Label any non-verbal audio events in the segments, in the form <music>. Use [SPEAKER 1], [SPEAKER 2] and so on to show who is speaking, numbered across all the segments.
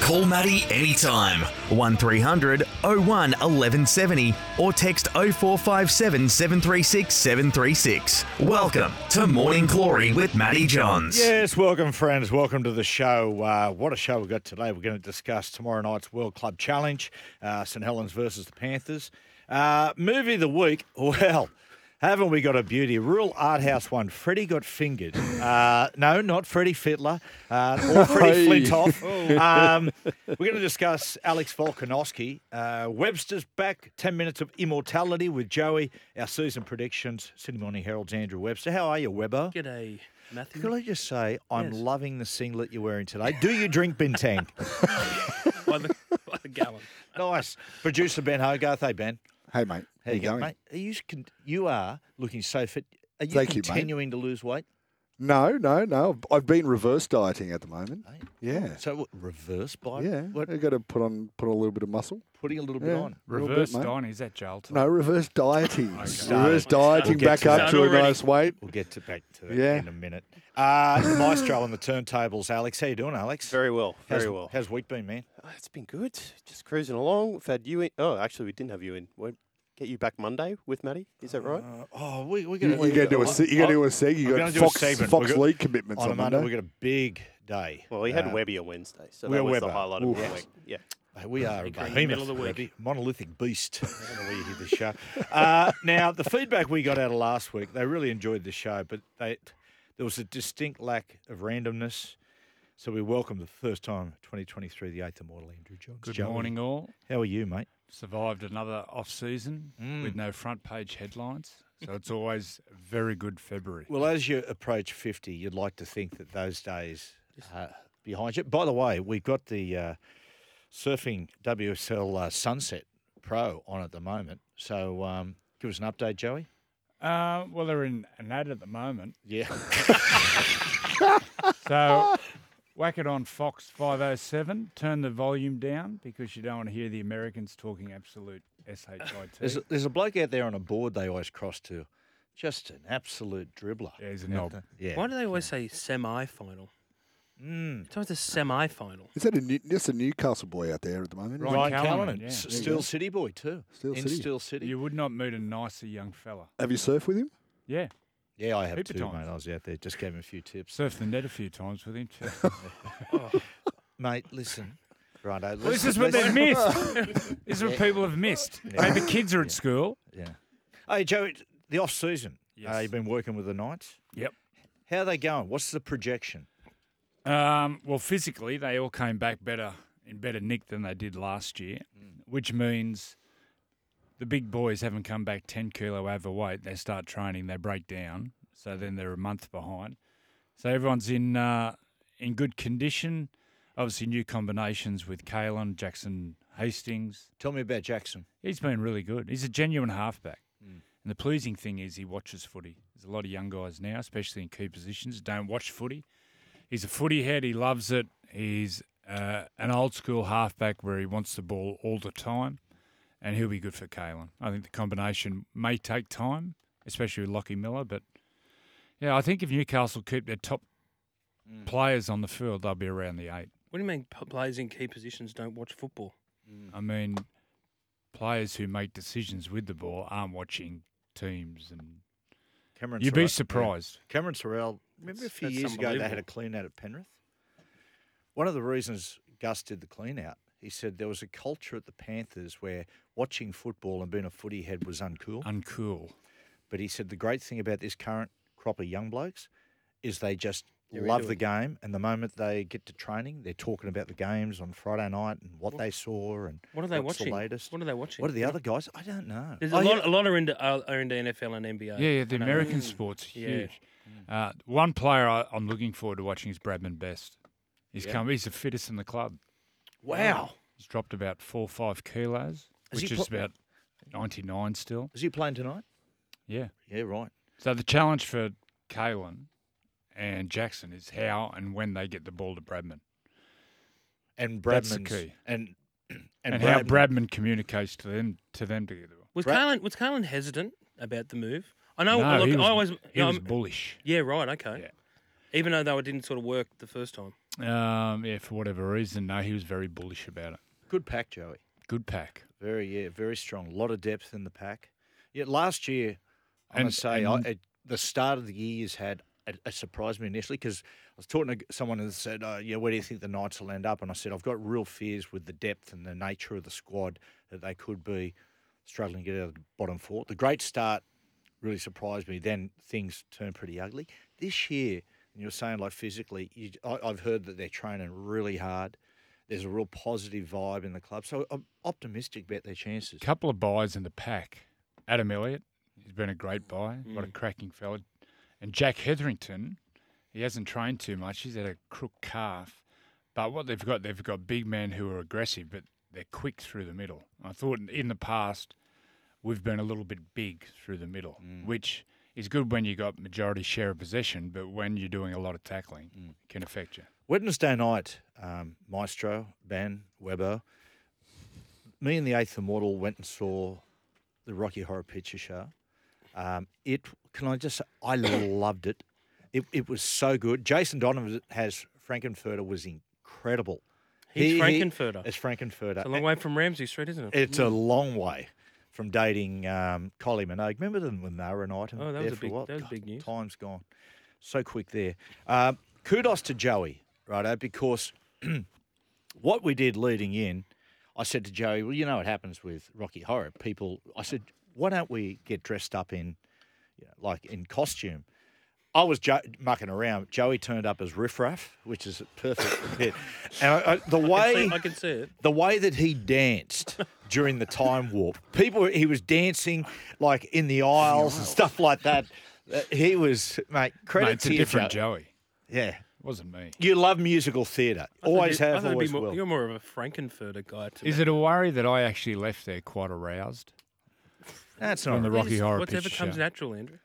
[SPEAKER 1] Call Matty anytime. 1300 01 1170 or text 0457 736 736. Welcome to Morning Glory with Matty Johns.
[SPEAKER 2] Yes, welcome, friends. Welcome to the show. Uh, what a show we've got today. We're going to discuss tomorrow night's World Club Challenge, uh, St Helens versus the Panthers. Uh, movie of the week, <laughs> well, haven't we got a beauty? Rural art house one, Freddie Got Fingered. Uh, no, not Freddie Fittler uh, or Freddie Flintoff. Um, we're going to discuss Alex Volkanovski, uh, Webster's back, 10 minutes of immortality with Joey, our season predictions, Sydney Morning Herald's Andrew Webster. How are you, Webber?
[SPEAKER 3] G'day, Matthew.
[SPEAKER 2] Could I just say, I'm
[SPEAKER 3] Yes.
[SPEAKER 2] loving the singlet you're wearing today. Do you drink Bintang? <laughs>
[SPEAKER 3] by, the, <laughs> by the gallon.
[SPEAKER 2] nice. Producer Ben Hogarth. Hey, Ben.
[SPEAKER 4] Hey, mate. How, you going?
[SPEAKER 2] mate? Are you, con- you are looking so fit. Are you
[SPEAKER 4] Thank you, mate.
[SPEAKER 2] continuing to lose weight?
[SPEAKER 4] No, no, no. I've been reverse dieting at the moment.
[SPEAKER 2] Mate.
[SPEAKER 4] Yeah.
[SPEAKER 2] So what, reverse bite?
[SPEAKER 4] Yeah.
[SPEAKER 2] What,
[SPEAKER 4] i got to put on put on a little bit of muscle.
[SPEAKER 2] putting a little bit
[SPEAKER 4] Yeah.
[SPEAKER 2] on.
[SPEAKER 4] little bit,
[SPEAKER 5] Reverse
[SPEAKER 4] mate.
[SPEAKER 5] dining, is that jail time?
[SPEAKER 4] No, reverse dieting. Reverse
[SPEAKER 2] Started.
[SPEAKER 4] dieting
[SPEAKER 2] Started.
[SPEAKER 4] back
[SPEAKER 2] Started
[SPEAKER 4] up to a
[SPEAKER 3] already.
[SPEAKER 4] nice weight.
[SPEAKER 2] We'll get to back to that
[SPEAKER 4] Yeah.
[SPEAKER 2] in a minute. Uh, the maestro on the turntables, Alex. How you doing, Alex?
[SPEAKER 6] Very well,
[SPEAKER 2] How's-
[SPEAKER 6] very well.
[SPEAKER 2] How's week been, man?
[SPEAKER 6] Oh, it's been good. Just cruising along. We've had you in. Oh, actually, we didn't have you in. We'll get you back Monday with Maddie. Is that right?
[SPEAKER 2] Uh, oh, we, we're
[SPEAKER 4] You,
[SPEAKER 2] going
[SPEAKER 4] you got to do a se- you got to do a seg.
[SPEAKER 2] I'm
[SPEAKER 4] You
[SPEAKER 2] gonna
[SPEAKER 4] got
[SPEAKER 2] do a
[SPEAKER 4] Fox
[SPEAKER 2] segment.
[SPEAKER 4] Fox
[SPEAKER 2] We got-
[SPEAKER 4] League commitments
[SPEAKER 2] on a
[SPEAKER 4] on
[SPEAKER 2] Monday. We've
[SPEAKER 4] Monday.
[SPEAKER 2] got a big day.
[SPEAKER 6] well, we had
[SPEAKER 2] Uh,
[SPEAKER 6] Webby on Wednesday, so
[SPEAKER 2] we're
[SPEAKER 6] that was
[SPEAKER 2] Webber.
[SPEAKER 6] the highlight of
[SPEAKER 4] Oof.
[SPEAKER 6] the week. Yeah.
[SPEAKER 2] Hey, We are a
[SPEAKER 3] Agreed.
[SPEAKER 2] behemoth,
[SPEAKER 3] Middle of the week.
[SPEAKER 2] Rebby. monolithic beast. <laughs> I don't know where you hear this show. Uh, now, the feedback we got out of last week, they really enjoyed the show, but they there was a distinct lack of randomness. So we welcome the first time, 2023, the eighth immortal Andrew Johns.
[SPEAKER 5] Good
[SPEAKER 2] Joey,
[SPEAKER 5] morning, all.
[SPEAKER 2] How are you, mate?
[SPEAKER 5] Survived another off season with no front page headlines. So it's always a very good February.
[SPEAKER 2] Well, as you approach 50, you'd like to think that those days are behind you. By the way, we've got the uh, surfing WSL uh, Sunset Pro on at the moment. So um, give us an update, Joey.
[SPEAKER 5] Uh, well, they're in an ad at the moment.
[SPEAKER 2] Yeah.
[SPEAKER 5] <laughs> So whack it on Fox 507. Turn the volume down because you don't want to hear the Americans talking absolute
[SPEAKER 2] There's
[SPEAKER 5] SHIT.
[SPEAKER 2] a, there's a bloke out there on a board they always cross to. Just an absolute dribbler.
[SPEAKER 5] Yeah, he's a knob.
[SPEAKER 2] Yeah.
[SPEAKER 3] Why do they always say semi-final?
[SPEAKER 2] Mm.
[SPEAKER 3] It's always a semi-final.
[SPEAKER 4] Is that a new, that's a Newcastle boy out there at the moment? isn't
[SPEAKER 2] Ryan,
[SPEAKER 5] Ryan
[SPEAKER 2] Callanan.
[SPEAKER 5] Callanan, yeah.
[SPEAKER 2] S-
[SPEAKER 5] There
[SPEAKER 4] you
[SPEAKER 2] Steel
[SPEAKER 4] go.
[SPEAKER 2] City boy, too.
[SPEAKER 4] Steel
[SPEAKER 2] in
[SPEAKER 4] City.
[SPEAKER 2] Steel City.
[SPEAKER 5] You would not meet a nicer young fella.
[SPEAKER 4] it? Have you surfed with him?
[SPEAKER 5] Yeah,
[SPEAKER 2] yeah, I have
[SPEAKER 5] Heap
[SPEAKER 2] too,
[SPEAKER 5] of times.
[SPEAKER 2] mate. I was out there. Just gave him a few tips.
[SPEAKER 5] surfed the net a few times with him
[SPEAKER 2] <laughs>
[SPEAKER 5] too.
[SPEAKER 2] Mate, listen. Right,
[SPEAKER 5] Well, this is what they've missed. <laughs> this is what people have missed. Hey, the kids are at school.
[SPEAKER 2] Yeah. Hey, Joe, the off season. Uh,
[SPEAKER 5] Yes.
[SPEAKER 2] you've been working with the Knights.
[SPEAKER 5] Yep.
[SPEAKER 2] How are they going? What's the projection?
[SPEAKER 5] Um, well, physically, they all came back better in better nick than they did last year, which means the big boys haven't come back 10 kilo overweight. They start training, they break down, so then they're a month behind. So everyone's in uh, in good condition. Obviously, new combinations with Kalen, Jackson Hastings.
[SPEAKER 2] Tell me about Jackson.
[SPEAKER 5] He's been really good. He's a genuine halfback. And the pleasing thing is he watches footy. There's a lot of young guys now, especially in key positions, don't watch footy. He's a footy head. He loves it. He's uh, an old school halfback where he wants the ball all the time, and he'll be good for Kalen. I think the combination may take time, especially with Lockie Miller. But yeah, I think if Newcastle keep their top players on the field, they'll be around the eight.
[SPEAKER 3] What do you mean p- players in key positions don't watch football?
[SPEAKER 5] I mean, players who make decisions with the ball aren't watching teams, and
[SPEAKER 2] Cameron
[SPEAKER 5] you'd be
[SPEAKER 2] Sorrell.
[SPEAKER 5] surprised.
[SPEAKER 2] Yeah. Cameron Sorrell. Remember a
[SPEAKER 3] That's-
[SPEAKER 2] few
[SPEAKER 3] that's
[SPEAKER 2] years ago they had a
[SPEAKER 3] unbelievable.
[SPEAKER 2] clean out at Penrith? One of the reasons Gus did the clean out, he said there was a culture at the Panthers where watching football and being a footy head was uncool.
[SPEAKER 5] Uncool.
[SPEAKER 2] But he said the great thing about this current crop of young blokes is they just
[SPEAKER 3] They're
[SPEAKER 2] love
[SPEAKER 3] into
[SPEAKER 2] the
[SPEAKER 3] it.
[SPEAKER 2] game. And the moment they get to training, they're talking about the games on Friday night and what they saw and
[SPEAKER 3] What are they
[SPEAKER 2] what's
[SPEAKER 3] watching?
[SPEAKER 2] the latest.
[SPEAKER 3] What are they watching?
[SPEAKER 2] What are the other guys? I don't know.
[SPEAKER 3] There's
[SPEAKER 2] Oh,
[SPEAKER 3] a
[SPEAKER 2] yeah.
[SPEAKER 3] lot. A lot are into are, are into NFL and um, NBA.
[SPEAKER 5] Yeah, yeah the
[SPEAKER 3] I know.
[SPEAKER 5] American sports are
[SPEAKER 3] Mm. Yeah. Mm.
[SPEAKER 5] huge. Uh, one player I, I'm looking forward to watching is Bradman Best. He's come. He's the fittest in the club.
[SPEAKER 2] Wow.
[SPEAKER 5] He's dropped about four or five kilos,
[SPEAKER 2] Has he
[SPEAKER 5] which is
[SPEAKER 2] pl-
[SPEAKER 5] about 99 still.
[SPEAKER 2] Is he playing tonight?
[SPEAKER 5] Yeah.
[SPEAKER 2] Yeah, right.
[SPEAKER 5] So the challenge for Kalen and Jackson is how and when they get the ball to Bradman
[SPEAKER 2] And
[SPEAKER 5] That's the
[SPEAKER 2] Bradman's
[SPEAKER 5] key.
[SPEAKER 2] and <clears throat> and,
[SPEAKER 5] and, how
[SPEAKER 2] Bradman-
[SPEAKER 5] Bradman communicates to them to them to get the ball.
[SPEAKER 3] Was
[SPEAKER 2] Brad-
[SPEAKER 3] Carlin was Carlin hesitant about the move? I know.
[SPEAKER 5] No,
[SPEAKER 3] look,
[SPEAKER 5] he was,
[SPEAKER 3] I always.
[SPEAKER 5] he
[SPEAKER 3] no,
[SPEAKER 5] was
[SPEAKER 3] I'm-
[SPEAKER 5] bullish.
[SPEAKER 3] yeah, right. Okay.
[SPEAKER 5] Yeah.
[SPEAKER 3] Even though though it didn't sort of work the first time.
[SPEAKER 5] Um, yeah, for whatever reason, no, he was very bullish about it.
[SPEAKER 2] Good pack, Joey.
[SPEAKER 5] Good pack.
[SPEAKER 2] Very yeah, very strong. A lot of depth in the pack. Yet last year, I'm gonna
[SPEAKER 5] And-
[SPEAKER 2] say
[SPEAKER 5] and-
[SPEAKER 2] I, at the start of the year has had it, it surprised me initially because I was talking to someone and said, uh, "Yeah, where do you think the Knights will end up?" And I said, "I've got real fears with the depth and the nature of the squad that they could be struggling to get out of the bottom four. The great start really surprised me. Then things turned pretty ugly this year. And you're saying like physically, you, I, I've heard that they're training really hard. There's a real positive vibe in the club, so I'm optimistic about their chances.
[SPEAKER 5] couple of buys in the pack. Adam Elliott, he's been a great buy. What a cracking fella. And Jack Hetherington, he hasn't trained too much. He's had a crook calf. But what they've got, they've got big men who are aggressive, but they're quick through the middle. I thought in- in the past, we've been a little bit big through the middle, which is good when you got majority share of possession, but when you're doing a lot of tackling, it can affect you.
[SPEAKER 2] Wednesday night, um, Maestro, Ben, Weber, me and the Eighth Immortal went and saw the Rocky Horror Picture Show. Um, it can I just say, I <coughs> loved it. It it was so good. Jason Donovan has Frankenfurter was incredible.
[SPEAKER 3] He's
[SPEAKER 2] He- he-
[SPEAKER 3] Frankenfurter.
[SPEAKER 2] It's Frankenfurter.
[SPEAKER 3] It's a long way from Ramsey Street, isn't it?
[SPEAKER 2] It's a long way from dating um, Kylie Minogue. Remember them when they were an item?
[SPEAKER 3] Oh, that was
[SPEAKER 2] there
[SPEAKER 3] a
[SPEAKER 2] for
[SPEAKER 3] big-
[SPEAKER 2] while?
[SPEAKER 3] that was
[SPEAKER 2] God,
[SPEAKER 3] big news.
[SPEAKER 2] Time's gone so quick there. Um, kudos to Joey, righto, because <clears throat> what we did leading in, I said to Joey, well, you know what happens with Rocky Horror. People, I said, why don't we get dressed up in, you know, like, in costume? I was jo- mucking around. Joey turned up as Riff Raff, which is perfect. <laughs> fit. And I, I, the
[SPEAKER 3] I
[SPEAKER 2] way
[SPEAKER 3] can see- I can see it.
[SPEAKER 2] the way that he danced during the time warp, people, he was dancing like in the aisles and stuff like that. Uh, He was, mate, credit
[SPEAKER 5] Mate, it's
[SPEAKER 2] to
[SPEAKER 5] a
[SPEAKER 2] you,
[SPEAKER 5] different
[SPEAKER 2] Joe.
[SPEAKER 5] Joey.
[SPEAKER 2] Yeah.
[SPEAKER 5] It wasn't me.
[SPEAKER 2] You love musical theatre. Always
[SPEAKER 3] I thought
[SPEAKER 2] have,
[SPEAKER 3] it'd be
[SPEAKER 2] always
[SPEAKER 3] more-
[SPEAKER 2] will.
[SPEAKER 3] You're more of a Frankenfurter guy. To
[SPEAKER 5] Is
[SPEAKER 3] me.
[SPEAKER 5] it a worry that I actually left there quite aroused?
[SPEAKER 2] That's not.
[SPEAKER 5] on the Rocky
[SPEAKER 3] Please,
[SPEAKER 5] Horror
[SPEAKER 3] Whatever
[SPEAKER 5] Picture
[SPEAKER 3] comes
[SPEAKER 5] Show.
[SPEAKER 3] natural, Andrew.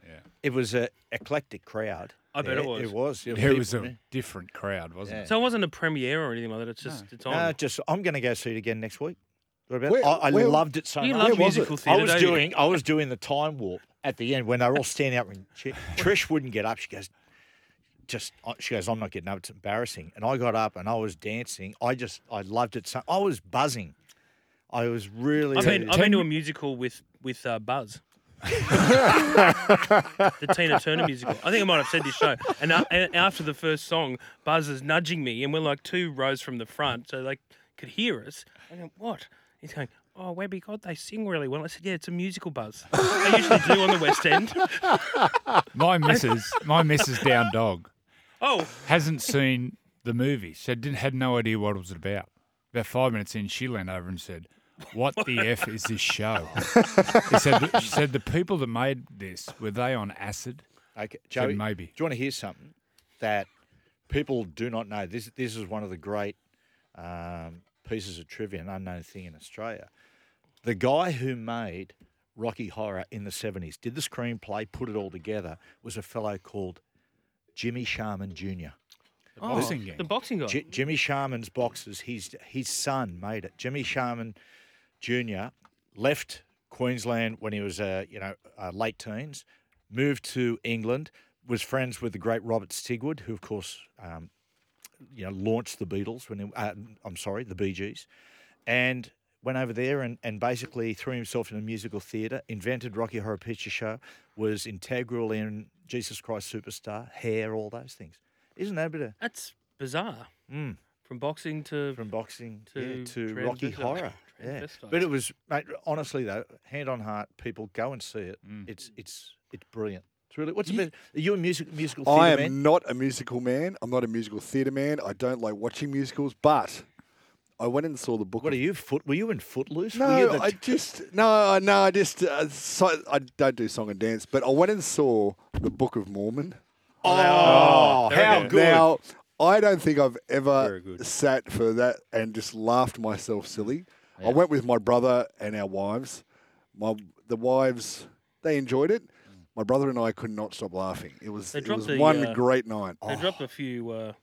[SPEAKER 2] It was an eclectic crowd.
[SPEAKER 3] I bet it
[SPEAKER 2] Yeah,
[SPEAKER 3] was.
[SPEAKER 2] It was.
[SPEAKER 5] It
[SPEAKER 2] people-
[SPEAKER 5] was a different crowd, wasn't
[SPEAKER 2] Yeah.
[SPEAKER 5] it?
[SPEAKER 3] So it wasn't a premiere or anything like that. It's just it's on.
[SPEAKER 2] Uh, just, I'm going to go see it again next week. What about?
[SPEAKER 4] Where-
[SPEAKER 2] I, I
[SPEAKER 4] where-
[SPEAKER 2] loved it so
[SPEAKER 3] you
[SPEAKER 2] much.
[SPEAKER 3] love
[SPEAKER 4] was
[SPEAKER 3] musical
[SPEAKER 4] it?
[SPEAKER 2] I
[SPEAKER 3] theatre.
[SPEAKER 2] was
[SPEAKER 3] don't you?
[SPEAKER 2] doing I was doing the time warp at the end when they were all standing up and
[SPEAKER 4] <laughs>
[SPEAKER 2] she, Trish wouldn't get up. She goes, just uh, she goes, I'm not getting up. It's embarrassing. And I got up and I was dancing. I just I loved it so. I was buzzing. I was really.
[SPEAKER 3] I've been,
[SPEAKER 2] really-
[SPEAKER 3] I've been to a musical with with
[SPEAKER 2] <laughs>
[SPEAKER 3] uh, Buzz. the Tina Turner musical. I think I might have said this show. And, uh, and after the first song, Buzz is nudging me, and we're like two rows from the front, so they could hear us. I go, what? He's going, oh, Webby, God, they sing really well. I said, yeah, it's a musical, Buzz. I usually do on the West End. <laughs>
[SPEAKER 5] My missus, my missus down dog,
[SPEAKER 3] Oh,
[SPEAKER 5] hasn't seen the movie, so didn't had no idea what it was about. About five minutes in, she leaned over and said, "What <laughs> the f is this show?" She said, she said, "The people that made this were they on acid?"
[SPEAKER 2] Okay, Joey,
[SPEAKER 5] maybe.
[SPEAKER 2] Do you want to hear something that people do not know? This this is one of the great um, pieces of trivia, an unknown thing in Australia. The guy who made Rocky Horror in the seventies, did the screenplay, put it all together, was a fellow called Jimmy Sharman Jr.
[SPEAKER 3] oh,
[SPEAKER 5] boxing game.
[SPEAKER 3] the boxing guy.
[SPEAKER 2] J- Jimmy Sharman's boxes. His his son made it. Jimmy Sharman Jr. left Queensland when he was uh, you know uh, late teens, moved to England, was friends with the great Robert Stigwood, who of course um, you know launched the Beatles when he, uh, I'm sorry the Bee Gees, and went over there and, and basically threw himself into musical theatre, invented Rocky Horror Picture Show, was integral in Jesus Christ Superstar, Hair, all those things. Isn't that a bit of
[SPEAKER 3] That's bizarre. From boxing to
[SPEAKER 2] Hmm. from boxing
[SPEAKER 3] to
[SPEAKER 2] yeah, to Rocky
[SPEAKER 3] transvestite-
[SPEAKER 2] Horror. Yeah.
[SPEAKER 3] transvestite.
[SPEAKER 2] But it was mate, honestly though, hand on heart, people go and see it. It's it's it's brilliant. It's really what's the best- Are you a music musical theatre
[SPEAKER 4] I am
[SPEAKER 2] man?
[SPEAKER 4] not a musical man. I'm not a musical theatre man. I don't like watching musicals, but I went and saw the book.
[SPEAKER 2] What
[SPEAKER 4] of-
[SPEAKER 2] are you foot? Were you in Footloose? Were you
[SPEAKER 4] No,
[SPEAKER 2] the
[SPEAKER 4] I
[SPEAKER 2] t-
[SPEAKER 4] just no, I- no. I just uh, so, I don't do song and dance, but I went and saw the Book of Mormon.
[SPEAKER 2] oh,
[SPEAKER 3] There
[SPEAKER 2] how
[SPEAKER 3] it
[SPEAKER 2] good!
[SPEAKER 4] Now I don't think I've
[SPEAKER 6] Very
[SPEAKER 4] ever
[SPEAKER 6] good.
[SPEAKER 4] sat for that and just laughed myself silly. I went with my brother and our wives. My the wives they enjoyed it. My brother and I could not stop laughing. It was
[SPEAKER 3] Mm. They
[SPEAKER 4] it
[SPEAKER 3] dropped
[SPEAKER 4] was
[SPEAKER 3] the,
[SPEAKER 4] one
[SPEAKER 3] uh,
[SPEAKER 4] great night.
[SPEAKER 3] They dropped a few uh,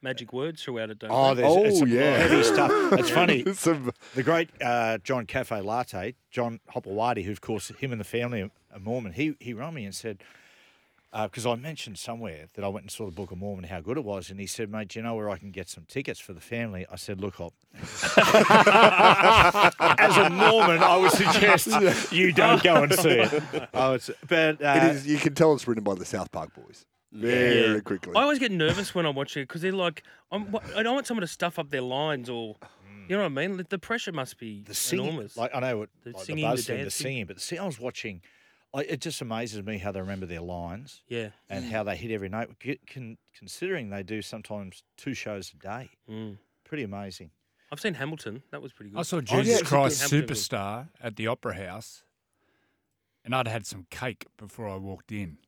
[SPEAKER 3] magic words throughout it, don't
[SPEAKER 2] Oh,
[SPEAKER 3] they?
[SPEAKER 2] there's
[SPEAKER 4] Oh,
[SPEAKER 2] it's some
[SPEAKER 4] yeah.
[SPEAKER 2] heavy stuff. It's
[SPEAKER 4] <laughs>
[SPEAKER 2] funny.
[SPEAKER 4] Some-
[SPEAKER 2] The great uh, John Cafe Latte, John Hopawati, who of course him and the family are are Mormon. He he rang me and said because I mentioned somewhere that I went and saw the Book of Mormon how good it was, and he said, "Mate, do you know where I can get some tickets for the family?" I said, "Look, Hop, <laughs> as a Mormon, I would suggest you don't go and see
[SPEAKER 3] <laughs>
[SPEAKER 2] it."
[SPEAKER 3] Oh,
[SPEAKER 2] I would, s- but uh,
[SPEAKER 4] it is, you can tell it's written by the South Park boys very quickly.
[SPEAKER 3] I always get nervous when I watch it because they're like, I'm, wha- I don't want someone to stuff up their lines or, you know what I mean? Like, The pressure must be
[SPEAKER 2] the singing,
[SPEAKER 3] enormous.
[SPEAKER 2] like I know what
[SPEAKER 3] The
[SPEAKER 2] like, the
[SPEAKER 3] singing, the
[SPEAKER 2] buzz thing, the
[SPEAKER 3] dancing.
[SPEAKER 2] singing, but see, I was watching. I, it just amazes me how they remember their lines
[SPEAKER 3] yeah.
[SPEAKER 2] and how they hit every note. c- Con, considering they do sometimes two shows a day,
[SPEAKER 3] Mm.
[SPEAKER 2] pretty amazing.
[SPEAKER 3] I've seen Hamilton. That was pretty good.
[SPEAKER 5] I saw
[SPEAKER 4] yeah,
[SPEAKER 5] Jesus
[SPEAKER 4] it's a good-
[SPEAKER 5] Christ
[SPEAKER 3] Hampton Roads.
[SPEAKER 5] Superstar at the Opera House, and I'd had some cake before I walked in.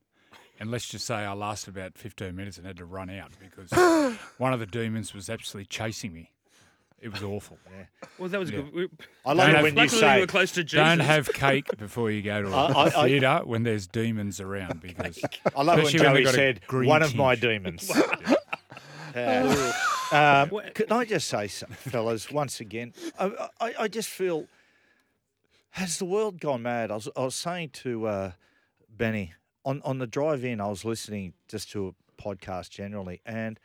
[SPEAKER 5] And let's just say I lasted about 15 minutes and had to run out <laughs> because one of the demons was absolutely chasing me. It was awful.
[SPEAKER 3] Well, that was
[SPEAKER 5] Yeah.
[SPEAKER 3] good. We-
[SPEAKER 2] I love it
[SPEAKER 5] have-
[SPEAKER 2] when you
[SPEAKER 3] Luckily, we
[SPEAKER 2] say
[SPEAKER 3] were close to Jesus.
[SPEAKER 5] Don't have cake before you <laughs> go to
[SPEAKER 2] I-
[SPEAKER 5] a
[SPEAKER 2] I-
[SPEAKER 5] theatre when there's demons <laughs> around because
[SPEAKER 2] I love it when
[SPEAKER 5] Especially
[SPEAKER 2] Joey
[SPEAKER 5] when they've got a
[SPEAKER 2] said
[SPEAKER 5] green
[SPEAKER 2] one of my
[SPEAKER 5] tinge."
[SPEAKER 2] demons. Yeah. um,
[SPEAKER 3] What-
[SPEAKER 2] can I just say something, fellas? Once again, I, I, I just feel has the world gone mad? I was, I was saying to uh, Benny on on the drive in, I was listening just to a podcast generally, and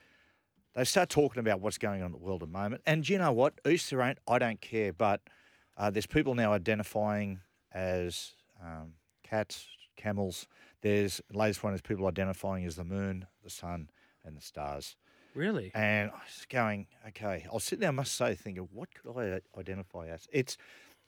[SPEAKER 2] they start talking about what's going on in the world at the moment. And you know what? Easter ain't. I don't care, but uh, there's people now identifying as um, cats, camels. There's latest one is people identifying as the moon, the sun, and the stars.
[SPEAKER 3] Really?
[SPEAKER 2] And I was going, okay, I was sitting there, I must say, thinking, what could I i- identify as? It's,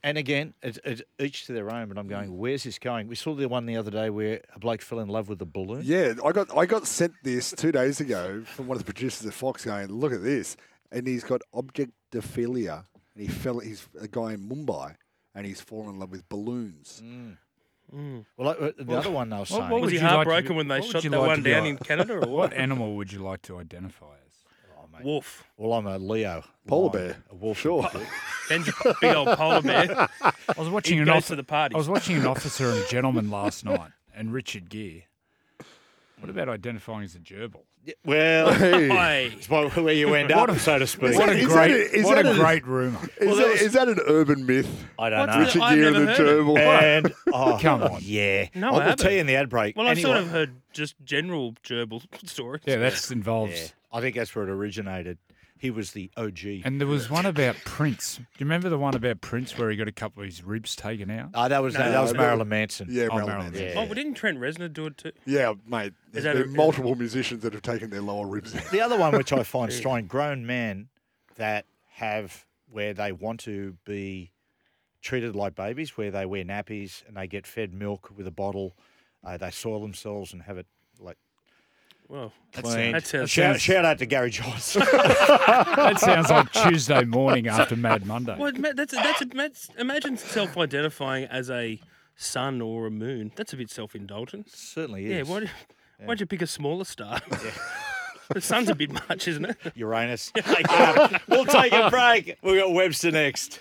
[SPEAKER 2] and again, it's, it's each to their own, but I'm going, where's this going? We saw the one the other day where a bloke fell in love with a balloon.
[SPEAKER 4] Yeah, I got I got sent this two days ago from one of the producers at Fox going, look at this, and he's got objectophilia, and he fell. He's a guy in Mumbai, and he's fallen in love with balloons.
[SPEAKER 3] Mm.
[SPEAKER 2] Well, I- uh, the other one they were saying,
[SPEAKER 5] what
[SPEAKER 3] was
[SPEAKER 5] would
[SPEAKER 3] he
[SPEAKER 5] you like to
[SPEAKER 3] heartbroken
[SPEAKER 5] do-
[SPEAKER 3] when they
[SPEAKER 5] what would
[SPEAKER 3] shot
[SPEAKER 5] you
[SPEAKER 3] that
[SPEAKER 5] like
[SPEAKER 3] one
[SPEAKER 5] to do?
[SPEAKER 3] down in Canada
[SPEAKER 5] <laughs>
[SPEAKER 3] or
[SPEAKER 5] what
[SPEAKER 3] what?
[SPEAKER 5] animal would you like to identify as?
[SPEAKER 3] Wolf.
[SPEAKER 2] well, I'm a Leo.
[SPEAKER 4] Polar
[SPEAKER 2] lion,
[SPEAKER 4] bear.
[SPEAKER 2] A wolf.
[SPEAKER 4] Sure.
[SPEAKER 3] Ben's a big old polar
[SPEAKER 5] <laughs>
[SPEAKER 3] bear.
[SPEAKER 5] I was watching
[SPEAKER 3] He
[SPEAKER 5] an
[SPEAKER 3] goes
[SPEAKER 5] officer.
[SPEAKER 3] to the party.
[SPEAKER 5] I was watching an officer and a gentleman last <laughs> night, and Richard Gere. What about identifying as a <laughs> gerbil?
[SPEAKER 2] Yeah, <laughs> Well,
[SPEAKER 4] <laughs> Hey,
[SPEAKER 3] Hey.
[SPEAKER 2] it's by where you end up, so to speak.
[SPEAKER 5] What
[SPEAKER 4] that-
[SPEAKER 5] a
[SPEAKER 4] is
[SPEAKER 5] great,
[SPEAKER 4] that a- is
[SPEAKER 5] what
[SPEAKER 4] that
[SPEAKER 5] a
[SPEAKER 4] a-
[SPEAKER 5] great rumor!
[SPEAKER 4] is,
[SPEAKER 2] that
[SPEAKER 4] that,
[SPEAKER 2] was-
[SPEAKER 4] is that an urban myth?
[SPEAKER 2] I don't
[SPEAKER 3] What's
[SPEAKER 2] know.
[SPEAKER 4] Richard
[SPEAKER 3] I've
[SPEAKER 4] Gere and
[SPEAKER 3] never
[SPEAKER 4] the
[SPEAKER 3] heard it.
[SPEAKER 4] gerbil.
[SPEAKER 2] And, <laughs> oh,
[SPEAKER 5] Come on.
[SPEAKER 2] Yeah.
[SPEAKER 3] No,
[SPEAKER 2] I'll,
[SPEAKER 3] I
[SPEAKER 2] we'll tell you
[SPEAKER 3] haven't.
[SPEAKER 2] in the ad break.
[SPEAKER 3] Well, I've sort
[SPEAKER 2] anyway.
[SPEAKER 3] of heard just general gerbil <laughs> stories.
[SPEAKER 5] Yeah, that's
[SPEAKER 2] Yeah,
[SPEAKER 5] involves.
[SPEAKER 2] I think that's where it originated. He was the OG.
[SPEAKER 5] And there was one about Prince. Do you remember the one about Prince where he got a couple of his ribs taken out?
[SPEAKER 2] Oh, that was
[SPEAKER 3] No,
[SPEAKER 2] that was
[SPEAKER 4] no,
[SPEAKER 2] Marilyn Manson.
[SPEAKER 4] Yeah,
[SPEAKER 5] Oh,
[SPEAKER 4] Marilyn
[SPEAKER 5] Marilyn
[SPEAKER 4] Manson.
[SPEAKER 3] Oh, well, didn't Trent Reznor do it too?
[SPEAKER 4] Yeah, mate. There's
[SPEAKER 3] that
[SPEAKER 4] been
[SPEAKER 3] a-
[SPEAKER 4] multiple musicians that have taken their lower ribs out.
[SPEAKER 2] The other one which I find strange, grown men that have where they want to be treated like babies, where they wear nappies and they get fed milk with a bottle, uh, they soil themselves and have it like
[SPEAKER 3] Well,
[SPEAKER 2] cleaned.
[SPEAKER 3] that sounds-
[SPEAKER 2] shout, shout out to Gary Johnson.
[SPEAKER 5] That sounds like Tuesday morning after Mad Monday.
[SPEAKER 3] well ma- that's, that's, that's imagine self identifying as a sun or a moon. That's a bit self indulgent.
[SPEAKER 2] Certainly
[SPEAKER 3] Yeah,
[SPEAKER 2] is.
[SPEAKER 3] why, do- why'd you pick a smaller star? <laughs> the sun's a bit much, isn't it? <laughs>
[SPEAKER 2] Um, Uranus. we'll take a break. We've got Webster next.